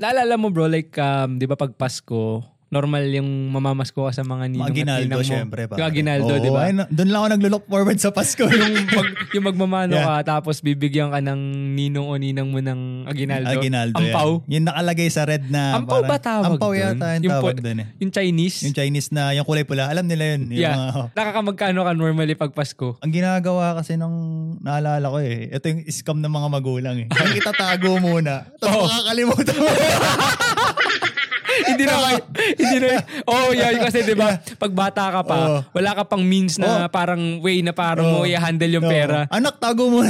Naalala mo bro, like, um, di ba pag Pasko, normal yung mamamasko ka sa mga ninong Mga ginaldo, at ninang mo. syempre. pare. Yung aginaldo, Oo, di ba? ayun, Doon lang ako nag-look forward sa Pasko. yung Pag, yung magmamano Yeah. ka, tapos bibigyan ka ng ninong o ninang mo ng aginaldo. aginaldo. Ampaw. Ah, Yan. Yung nakalagay sa red na... Ampaw ba tawag Ampaw dun? yata yung, Yung tawag po- dun eh. Yung Chinese. Yung Chinese na, yung kulay pula, alam nila yun. Yung yeah. mga- oh. Nakakamagkano ka normally pag Pasko? Ang ginagawa kasi nung naalala ko eh, ito yung scam ng mga magulang eh. Ang itatago muna, Oh. tapos makakalimutan mo. hindi na hindi na oh yeah kasi 'di ba pag bata ka pa Oo. wala ka pang means na parang way na parang mo Oo. i-handle yung Oo. pera Oh. Anak, tago muna.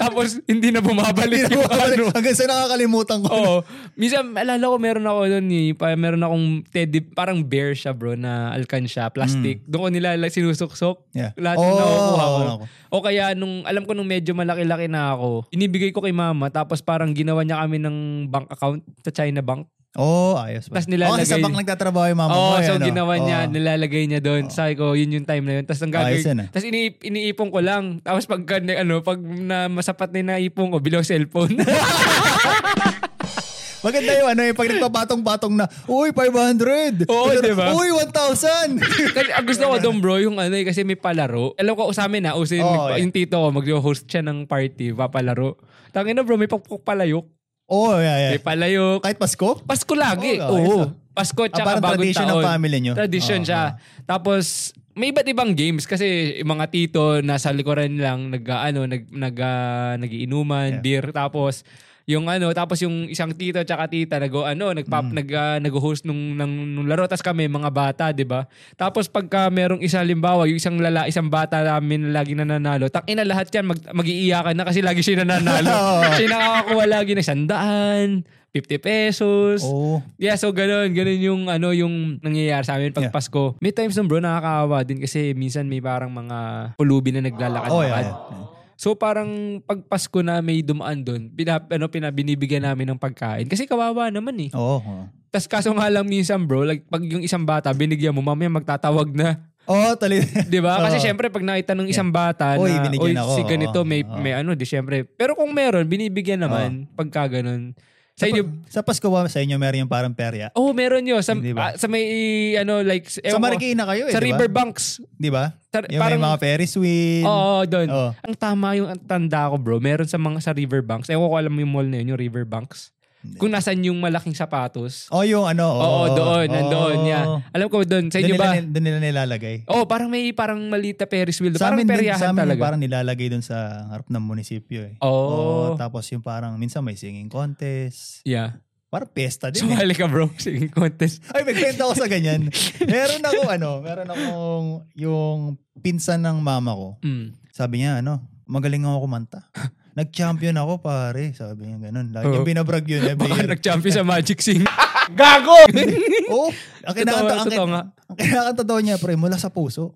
tapos hindi na Hindi bumabalik na yung makabalik. ano Oh. Hanggang sa nakakalimutan ko. Oo. Minsan, alala ko, meron ako doon eh. Pa, meron akong teddy, parang bear siya bro, na alkansya, plastic. Doon ko nila like, sinusuksok. Mm. Yeah. Oh, Lahat Oo, ng nakukuha ko. oo, oo. O kaya, nung, alam ko nung medyo malaki-laki na ako, inibigay ko kay mama, tapos parang ginawa niya kami ng bank account sa China Bank. Oo, oh, ayos. Tas nilalagay- Oo, kasi sa bank nagtatrabaho yung mama Oo, mo. eh, so ano? ginawa niya, Oo. nilalagay niya doon. Sabi ko, yun yung time na yun. Tapos ang Oh. Ayos yun, gagawin, ah. tapos ini, iniipon ko lang. Tapos pag, ano, pag na, masapat na yung naipon ko, bilaw cellphone. Maganda yung ano yung pag nagpapatong-patong na, uy, 500! Oo, Pero, di ba? Uy, 1,000! kasi ang gusto ko doon bro, yung ano eh, kasi may palaro. Alam ko, sa amin na, usin Oo, eh. yung tito ko, mag-host siya ng party, papalaro. Tangin na bro, may pagpuk palayok. Oo, oh, yeah, yeah. May palayok. Kahit Pasko? Pasko lagi. Oo, Oo. ayos ah. Pasko at Ah, saka parang bagong tradition ng taon. family nyo. Tradition Oo, siya. Tapos, may iba't ibang games kasi yung mga tito nasa likuran lang nag ano nag nag ah, nagiinuman, beer tapos yung ano tapos yung isang tito tsaka tita nag ano nagpap nag ah, nag-host nung, ng nung laro tapos kami mga bata 'di ba tapos pagka merong isa limbawa yung isang lala isang bata namin na lagi nananalo tak ina lahat yan mag, magiiyakan na kasi lagi siya nananalo siya nakakakuha lagi ng sandaan 50 pesos Oo. Yeah, so ganun. Ganun yung ano yung nangyayari sa amin pag Yeah. Pasko. May times nun bro, nakakaawa din kasi minsan may parang mga pulubi na naglalakad. Oh, yeah, So parang pag Pasko na may dumaan doon, pina, ano, pinabinibigyan namin ng pagkain. Kasi kawawa naman eh. Oo. oo. tas kaso nga lang minsan bro, like, pag yung isang bata, binigyan mo, mamaya magtatawag na. Oo, tali. 'Di ba? Kasi Oo. syempre pag nakita ng isang bata Oy, na oy, binigyan ako." si ganito may Oo. may ano, di syempre. Pero kung meron, binibigyan naman pagka ganun. Sa inyo, Sa Pasko ba sa inyo meron yung parang perya? Oh, meron yun. Sa, Di ah, ba? sa may, ano, like, Sa ewan ko, Marikina kayo eh, Sa di ba? riverbanks. Di ba? Tar- Yung may parang- mga Ferris wheel. Oo, doon. Oo. Ang tama yung ang tanda ko, bro. Meron sa mga sa riverbanks. Ewan ko alam mo yung mall na yun, yung riverbanks. Kung nasan yung malaking sapatos. Oh, yung ano. Oo, doon. Nandoon, Oo. yeah. Alam ko doon. Sa inyo Doon nila, ba? doon nila nilalagay. Oh, parang may parang maliit na Ferris wheel. Sa Parang amin, din, sa peryahan amin yung talaga. parang nilalagay doon sa harap ng munisipyo eh. Oo. Oo, tapos yung parang minsan may singing contest. Yeah. Parang pesta din eh. Sumali ka, bro. Sige, contest. Ay, magkwenta ako sa ganyan. meron ako ano, meron akong yung pinsan ng mama ko. Mm. Sabi niya ano, magaling ako kumanta. Nag-champion ako pare. Sabi niya ganun. Lagi Oo. niyang binabrag yun eh, every Baka year. nag-champion sa Magic Sing. Oo. Oh, Ang kinakanta, ang, totoo nga. ang kinakanta daw niya pre, mula sa puso.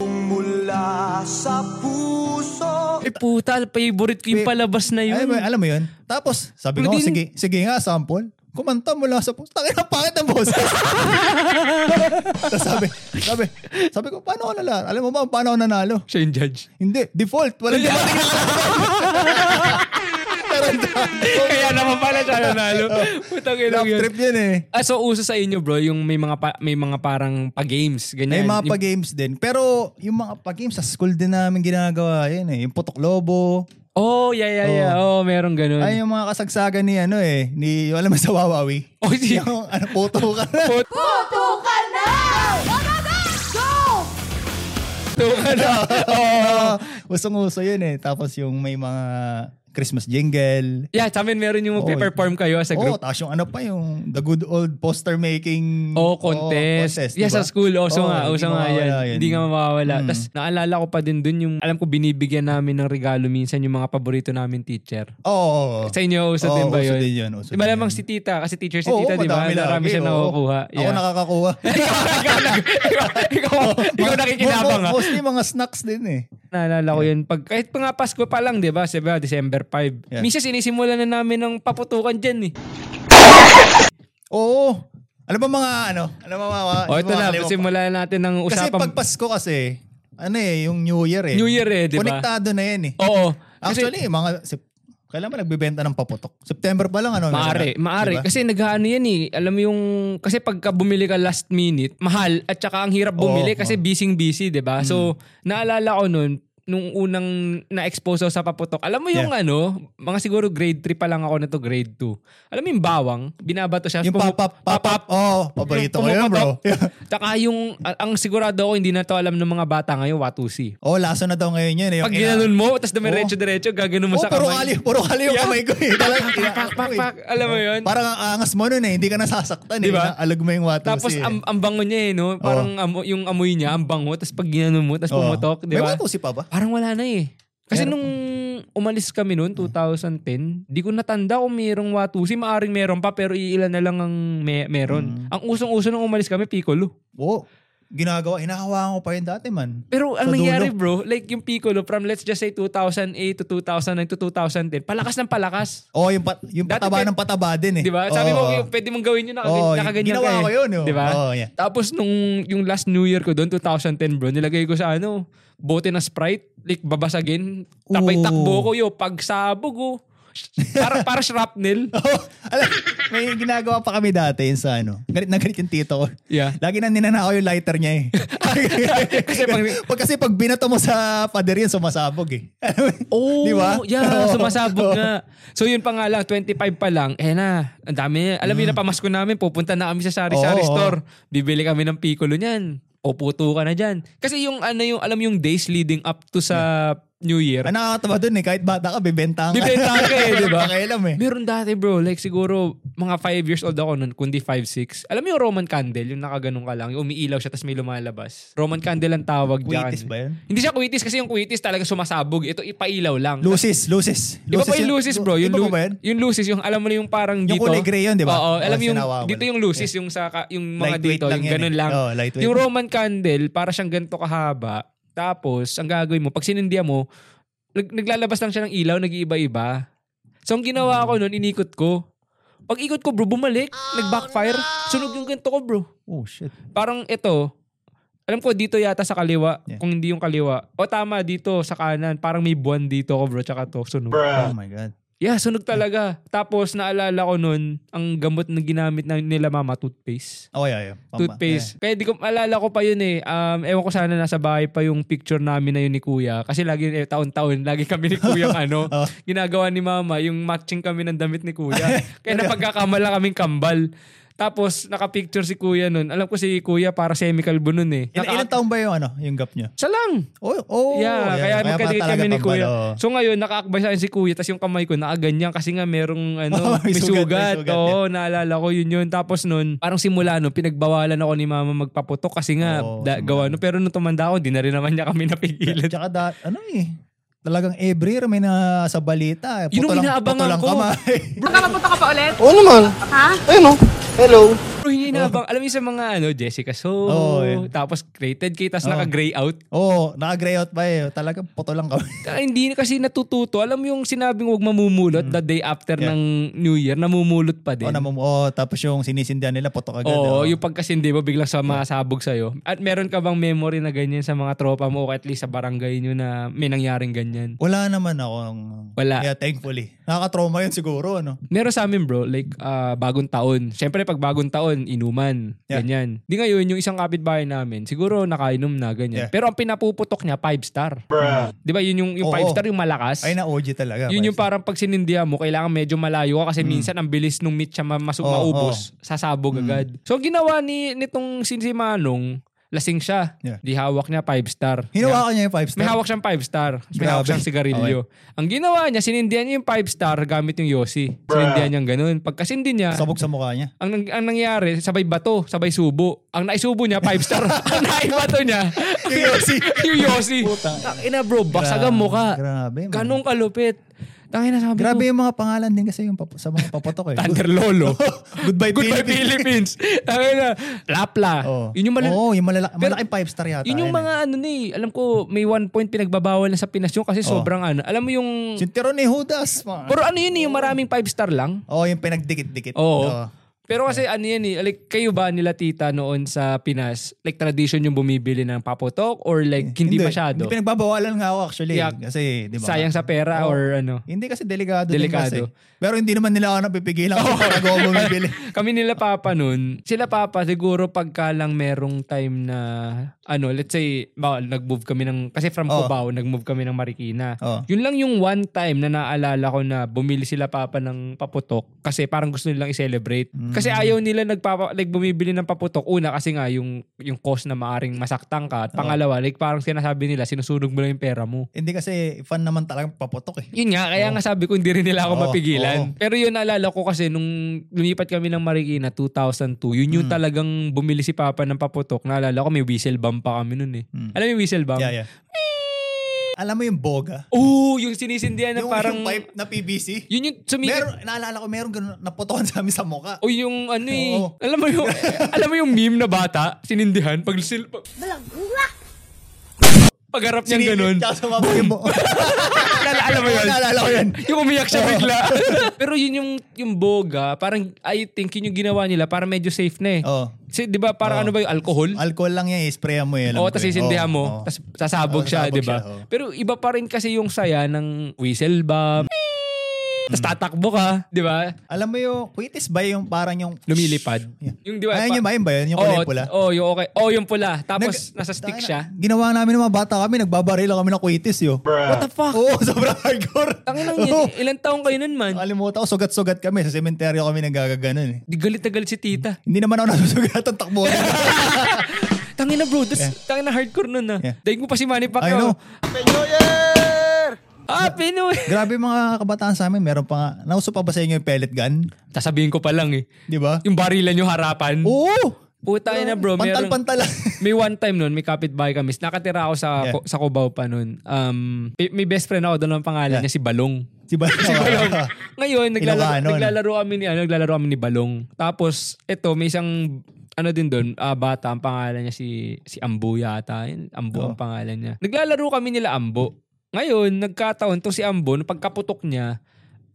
Ay, puta. Favorite ko yung palabas na Ay, yun. may- alam mo yun? Tapos, sabi ko, Hindi- sige, sige nga, sample. Kumanta mula sa puso. Takin ang pangit ang boses. Tapos sabi, sabi, sabi ko, paano ako nanalo? Alam mo ba, paano ako nanalo? Siya yung judge. Hindi, default. Walang dumating na Kaya naman pala siya nanalo. Putang ina Love yun. trip yun eh. Ah, so uso sa inyo bro, yung may mga pa- may mga parang pa-games, May ganyan. mga Yung- pa-games din. Pero yung mga pa-games sa school din namin ginagawa yun eh. Yung putok lobo. Oh, yeah, yeah, yeah. Oh, meron ganun. Ay, yung mga kasagsagan ni ano eh. Ni, yung alam mo sa Wawawi. Oh, si- Yung ano, puto ka Oo. Usong-uso yun eh. Tapos yung may mga Christmas jingle. yeah, sa amin meron Oh, yung magpe-perform kayo as a Oo, group. tapos yung ano pa yung the good old poster making Oh, contest. yeah, diba? sa school. Oh, so nga, oh, so nga yan. Hindi nga mawawala. Hmm. Tapos naalala ko pa din dun yung, alam ko binibigyan namin ng regalo minsan yung mga paborito namin teacher. Oo. Sa inyo, uso Oo, din ba Oh, uso yun? din yun, uso Diba din lamang yun. si tita, kasi teacher si Oo, tita, di ba? madami lagi, Marami siya oo. nakukuha. Ako Yeah. nakakakuha. ikaw, ikaw, ikaw, ikaw, ikaw nakikinabang ah. Mo- ha. mo- Mostly mga snacks din eh. Naalala ko yun. Pag, kahit pa nga Pasko pa lang, di ba? Diba, December 5. Yeah. Minsan sinisimula na namin ng paputukan dyan eh. Oo. Alam mo mga ano? Alam mo mga... O Oh, ito na, mga- simulan natin ng Kasi usapan. pag Pasko kasi, ano eh, yung New Year eh. New Year eh, di ba? Konektado na yan eh. Oo. Kasi, Actually, mga Sep- Kailan ba nagbebenta ng paputok? September pa lang ano? Maari, meron na, maari. diba? Kasi naghaano yan eh. Alam mo yung, kasi pagka bumili ka last minute, mahal at saka ang hirap bumili Oo, Mm. kasi busy-busy, di ba? So, naalala ko nun, nung unang na-expose ako sa paputok, alam mo yung ano, mga siguro grade 3 pa lang ako na to, grade 2. Alam mo yung bawang, binabato siya. Yung pumu- pop-up, pop-up. Oh, paborito ko yun, bro. pumuputok. Tsaka yung, a- ang sigurado ako, hindi na to alam ng mga bata ngayon, Watusi. oh, laso na daw ngayon yun. eh, Yung Pag ina- ginanon mo, tapos dumiretso-diretso, gaganon mo Oh, sa puro kamay. kali, puro kali yung Yeah. kamay ko eh. Talagang Pak, pak, pak, pak. Alam mo yun? Parang ang angas mo nun eh, hindi ka nasasaktan eh. Diba? na- Alag mo yung water Tapos eh. ang, ang bango niya eh, no? Parang amo- yung amoy niya, ang bango. Tapos pag ginanon mo, tapos Oo. pumutok, diba? di ba? May watusi pa ba? Parang wala na eh. Kasi Meron Hmm. nung umalis kami noon, 2010, di ko natanda kung mayroong watusi. Maaring meron pa, pero iilan na lang ang me- meron. Hmm. Ang usong-uso nung umalis kami, Piccolo. Oo. Ginagawa, hinahawakan ko pa yun dati man. Pero ang Sa dulo. nangyari bro, like yung Piccolo from let's just say 2008 to 2009 to 2010, palakas ng palakas. Oo, yung, pat, yung Dati pataba pe- ng pataba din eh. Di ba? Sabi mo, Oo. pwede mong gawin yun, nakaganyan, Oo, nakaganyan ginawa ka eh. ko yun. yun. Di ba? Oo, yeah. Tapos nung yung last New Year ko doon, 2010 bro, nilagay ko sa ano, bote na Sprite, like babasagin, tapay Oo. takbo ko yo, pagsabog ko. para para shrapnel. Oo. alam, may ginagawa pa kami dati yun sa ano. Galit na galit yung tito ko. Yeah. Lagi nang ninanakaw yung lighter niya eh. kasi, pag, pag, kasi pag binato mo sa pader yun, sumasabog eh. Oh, Di ba? yeah, Oo. sumasabog nga. So yun pa nga lang, 25 pa lang, eh na, ang dami na. Alam mo yun, napamasko namin, pupunta na kami sa sari-sari Mm. Oo, store. Bibili kami ng piccolo niyan. Puputo ka na dyan. Kasi yung ano yung, alam yung days leading up to sa New Year, Ang nakakatawa dun eh, kahit bata ka, bibenta ka. Bibenta ka eh, di ba? Pakialam eh. Meron dati bro, like siguro mga 5 years old ako nun, kundi 5-6. Alam mo yung Roman candle, yung nakaganong ka lang, yung umiilaw siya tapos may lumalabas. Roman candle ang tawag dyan. Kuitis ba yun? Hindi siya kuitis kasi yung kuitis talaga sumasabog. Ito ipailaw lang. Lucis, Lucis. Iba pa yung lucis bro. Yung, Iba lu- pa ba yan? yung lucis, yung alam mo na yung parang dito. kulay gray yun, di ba? Oo, Oo, alam mo yung, sinawa ko dito lang. yung lucis, yung, sa, ka- yung mga Lightweight dito, lang yung yan ganun eh. lang. Oo, lightweight. Yung Roman candle, para siyang ganito kahaba. Tapos, ang gagawin mo, pag sinindihan mo, nag- naglalabas lang siya ng ilaw, nag-iiba-iba. So, ang ginawa Hmm. ko noon, inikot ko. Pag ikot ko, bro, bumalik. nag-backfire. Sunog yung ganito ko, bro. Oh, shit. Parang ito, alam ko dito yata sa kaliwa, Yeah. kung hindi yung kaliwa. O tama, dito sa kanan. Parang may buwan dito ko, bro, tsaka to, sunog. Oh my God. Yeah, sunog talaga. Tapos naalala ko nun, ang gamot na ginamit na nila mama, toothpaste. Oh, yeah, yeah. Pamba. Toothpaste. Kaya di ko, alala ko pa yun eh. Um, ewan ko sana nasa bahay pa yung picture namin na yun ni kuya. Kasi lagi, eh, taon-taon, lagi kami ni kuya ang ano. Oh. Ginagawa ni mama, yung matching kami ng damit ni kuya. Kaya napagkakamala kaming kambal. Tapos nakapicture si kuya nun. Alam ko si kuya para semi-kalbo nun eh. Yeah. Ilan, ilan Naka- taon ba yung ano, yung gap niya? Siya lang. Oh, oh. Yeah, kaya pa magkadikit talaga kami ni pambal, Kuya. oo. So ngayon, nakaakbay sa akin si Kuya, tapos yung kamay ko nakaganyan kasi nga merong ano, May may sugat, may sugat. sugat, Oo, naalala ko yun yun. Tapos nun, parang simula nun, pinagbawalan ako ni Mama magpaputok kasi nga Oo, da- gawa nun. Pero nung tumanda ako, di na rin naman niya kami napigilan. Tsaka da, ano eh, talagang every year may na sa balita. eh. Yun ang Puto lang, inaabangan puto lang ko. kamay. Magkakapunta ka pa ulit? Oo naman. Ha? Ayun o. Hello. Pero hindi na bang, alam niyo sa mga ano, Jessica So, Oo, eh. tapos created kay, tapos Oo. naka-gray out. Oo, oh, naka-gray out pa eh. Talagang puto lang kamay. Kaya hindi na kasi natututo. Alam mo yung sinabing huwag mamumulot the day after Mm. Yeah. ng New Year, namumulot pa din. Oh, namum- oh, tapos yung sinisindihan nila, puto agad. Oo, oh. yung pagkasindi mo biglang sa masabog sa'yo. At meron ka bang memory na ganyan sa mga tropa mo o at least sa barangay nyo na may nangyaring ganyan? Wala naman ako. Wala. Yeah, thankfully. Nakaka-trauma yun siguro, ano? Meron sa amin bro, like ah, bagong taon. Siyempre pag bagong taon, inuman. Yeah. Ganyan. Di ngayon, yung isang kapitbahay namin, siguro nakainom na ganyan. Yeah. Pero ang pinapuputok niya, five star. Di ba yun yung, yung Oo. five star, yung malakas? Ay, na OG talaga. Yun yung Vice. parang pag sinindihan mo, kailangan medyo malayo ka kasi minsan ang bilis nung meat siya ma- masu- Mm. Oo, Mm. maubos, sasabog agad. So ang ginawa ni nitong sin- si Manong, lasing siya. Yeah. Di hawak niya five star. Yeah. Hinawakan niya yung five star. May hawak siyang five star. May Grabe. hawak siyang sigarilyo. Ang ginawa niya, sinindihan niya yung five star gamit yung Yossi. Sinindihan niya ganun. Pagkasindi niya, Sabog sa mukha niya. ang, ang nangyari, sabay bato, sabay subo. Ang naisubo niya, five star. ang naibato niya, Yung Yossi. yung Yossi. Puta. Ina bro, basagan mo ka. Grabe. man. Ganong kalupit. Tangina sabi ko. Grabe yung mga pangalan din kasi yung pap- sa mga papotok eh. Thunder Lolo. Goodbye, Goodbye Philippines. Philippines. Tangin na. Lapla. Oo. Yun yung malal- Oo, Oh, yung malala- Pero- malaking five star yata. Yun yung Ayun, mga ano na eh. Alam ko, may one point pinagbabawalan sa Pinas yun kasi Oo. sobrang ano. Alam mo yung... eh. Sintiron ni Judas. mga- Pero ano yun eh, yung maraming five star lang. Oo, oh, yung pinagdikit-dikit. Oo. Oo. Pero kasi ano yan eh, like kayo ba nila tita noon sa Pinas, like tradition yung bumibili ng papotok or like hindi, masyado? Eh, Hindi pinagbabawalan nga ako actually. Yeah. Kasi, di ba? Sayang sa pera Oo. or ano? Hindi kasi delikado. din Delikado. kasi. Pero hindi naman nila ako napipigilan kung talaga ako bumibili. Kami nila papa nun, sila papa siguro pagka lang merong time na ano, let's say ba, nag-move kami ng kasi from Oo. Cubao, nag-move kami ng Marikina. Oo. Yun lang yung one time na naalala ko na bumili sila papa ng paputok kasi parang gusto nilang i-celebrate. Kasi ayaw nila nagpapa like bumibili ng paputok una kasi nga yung yung cost na maaring masaktan ka at pangalawa like parang sinasabi nila sinusunog mo lang yung pera mo. Hindi kasi fan naman talaga papotok eh. Yun nga, kaya nga sabi ko hindi rin nila ako Oo, mapigilan. oo. Pero yun naalala ko kasi nung lumipat kami ng Marikina 2002, yun Hmm. yung talagang bumili si Papa ng paputok. Naalala ko may whistle bomb pa kami nun eh. Mm. Alam mo yung whistle bomb? Yeah, yeah. Alam mo yung boga? Oo, yung sinisindihan na Yung, parang... yung pipe na PVC? yun yung sumikat. Meron, naalala ko, meron ganun, napotokan sa amin sa mukha. O yung ano eh. Oo. Alam mo yung, alam mo yung meme na bata, sinindihan, pag, sil, pag, pagharap niyang ganun. Sinilip, tsaka sumabog yung mukha. Nala- alam mo yun? Naalala ko yun. yung umiyak siya bigla. Pero yun yung yung boga, parang I think yun yung ginawa nila para medyo safe na eh. Oo. Kasi 'di ba para ano ba yung alcohol? Oh. Alcohol lang yan, i-sprayan mo yun. alam Oo, ko tapos yun. sisindihan Oo, mo, oo. tapos sasabog Oo, siya, sasabog 'di ba? siya, oo. Pero iba pa rin kasi yung saya ng whistle bomb. Mm. Tapos tatakbo ka, 'di ba? Alam mo yung, quitis ba yung parang yung... Lumilipad. Yeah. Yung 'di ba? Ayan yun ba? Yun ba yun? Yung kulay pula? Oh, yung okay. Oh, yung pula. Tapos Nag- nasa stick siya. Tangina, Ginawa namin ng mga bata kami, nagbabarila kami ng quitis yo. What the fuck? Oo, sobrang hardcore. Tangina Oo. yun. Ilan taong kayo nun man? Nakalimutan ko, sugat-sugat kami. Sa sementeryo kami nagagaganon eh. Di galit na galit si tita. Hindi naman ako nasusugatan, takbo. Tangina bro, that's, tangina hardcore nun ah. Yeah. oh. Daig mo pa si Manny I Pacquiao. know. Happy New Year! Grabe mga kabataan sa amin, meron pa nga. Nauso pa ba sa inyo yung pellet gun? Sasabihin ko pa lang eh. Di ba? Yung barilan yung harapan. Oo! Puta na bro. meron- Pantal-pantal lang. may one time nun, may kapitbahay kami. Nakatira ako sa Yeah. ko- sa Cubao pa nun. Um, may, may best friend ako doon ang pangalan niya, si Balong. si Balong. si Balong. Ngayon, naglalaro, Ilocano, no? naglalaro kami ni ano, naglalaro kami ni Balong. Tapos, eto, may isang ano din doon, ah, bata, ang pangalan niya si, si Ambo yata. Yun, Ambo ang pangalan niya. Naglalaro kami nila Ambo. Ngayon, nagkataon to si Ambo, nung pagkaputok niya,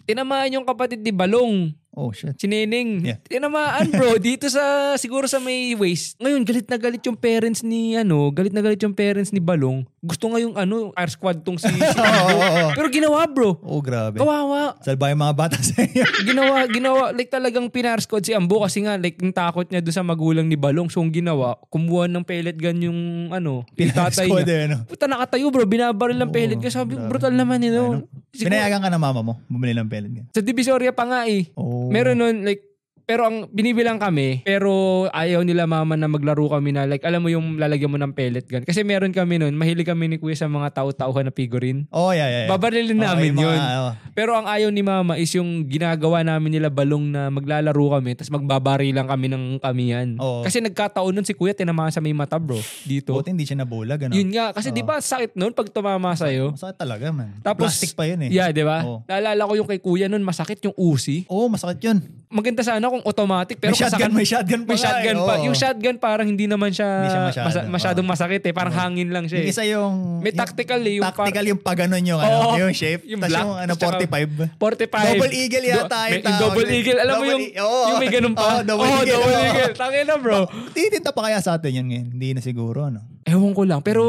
tinamaan yung kapatid ni Balong. Oh, shit. Si Neneng. Yeah. Tinamaan bro, dito sa, siguro sa may waist. Ngayon, galit na galit yung parents ni, ano, galit na galit yung parents ni Balong. Gusto ngayong, ano, R squad tong si, si Ambo. Pero ginawa bro. Oh, grabe. Kawawa. Salba yung mga bata sa inyo. Ginawa, ginawa, like talagang pinarscod si Ambo kasi nga, like, yung takot niya doon sa magulang ni Balong. So, ang ginawa, kumuha ng pellet gun yung, ano, tatay Squad niya. eh, ano? Puta, nakatayo bro, binabaril ng pellet gun. Sabi, ko, brutal naman yun. no? Siguro- Pinayagan ka na mama mo, bumili ng pellet gun. Sa Divisoria pa nga eh. Oh. Meron nun, like, pero ang binibilang kami, pero ayaw nila mama na maglaro kami na like alam mo yung lalagyan mo ng pellet gun. Kasi meron kami nun, mahilig kami ni Kuya sa mga tao-tauhan na figurine. Oh, yeah, yeah. yeah. Babarilin Oh, namin yung mga, yun. oh. Pero ang ayaw ni mama is yung ginagawa namin nila balong na maglalaro kami tapos magbabari lang kami ng kamihan. Oo. Kasi nagkataon nun si Kuya tinamaan sa may mata bro dito. Buti hindi siya nabulag, ano? Yun nga, kasi di ba sakit nun pag tumama sa'yo? Masakit talaga, man. Tapos, Plastic pa yun eh. Yeah, di ba? Oo. Naalala ko yung kay Kuya nun masakit yung usi. Oo, masakit yun. maganda sana kung automatic pero May shotgun, kasaka- may shotgun pa may nga shotgun eh, pa. oo. Yung shotgun parang hindi naman siya, Hindi siya masyado, masa- masyadong masakit eh. Parang hangin lang siya eh. Yung isa yung... May tactical eh, yung Yung tactical yung paganon yung, Oo. ano, yung shape. Yung Yung Tapos black, yung ano, tapos tsaka- 45. 45. Double eagle Do- yata yung may- yung tawag double nun. eagle. Alam mo Double yung, e- oo. yung may ganun pa. Oo, double Oo, eagle, double oo. eagle. Tangin na bro. Titinta pa kaya sa atin yun ngayon? Hindi na siguro, ano? Ewan ko lang. Pero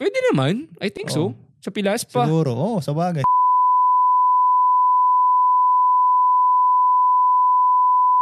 pwede naman. I think so. Sa Pilas pa. Siguro, oo, oh, sa bagay.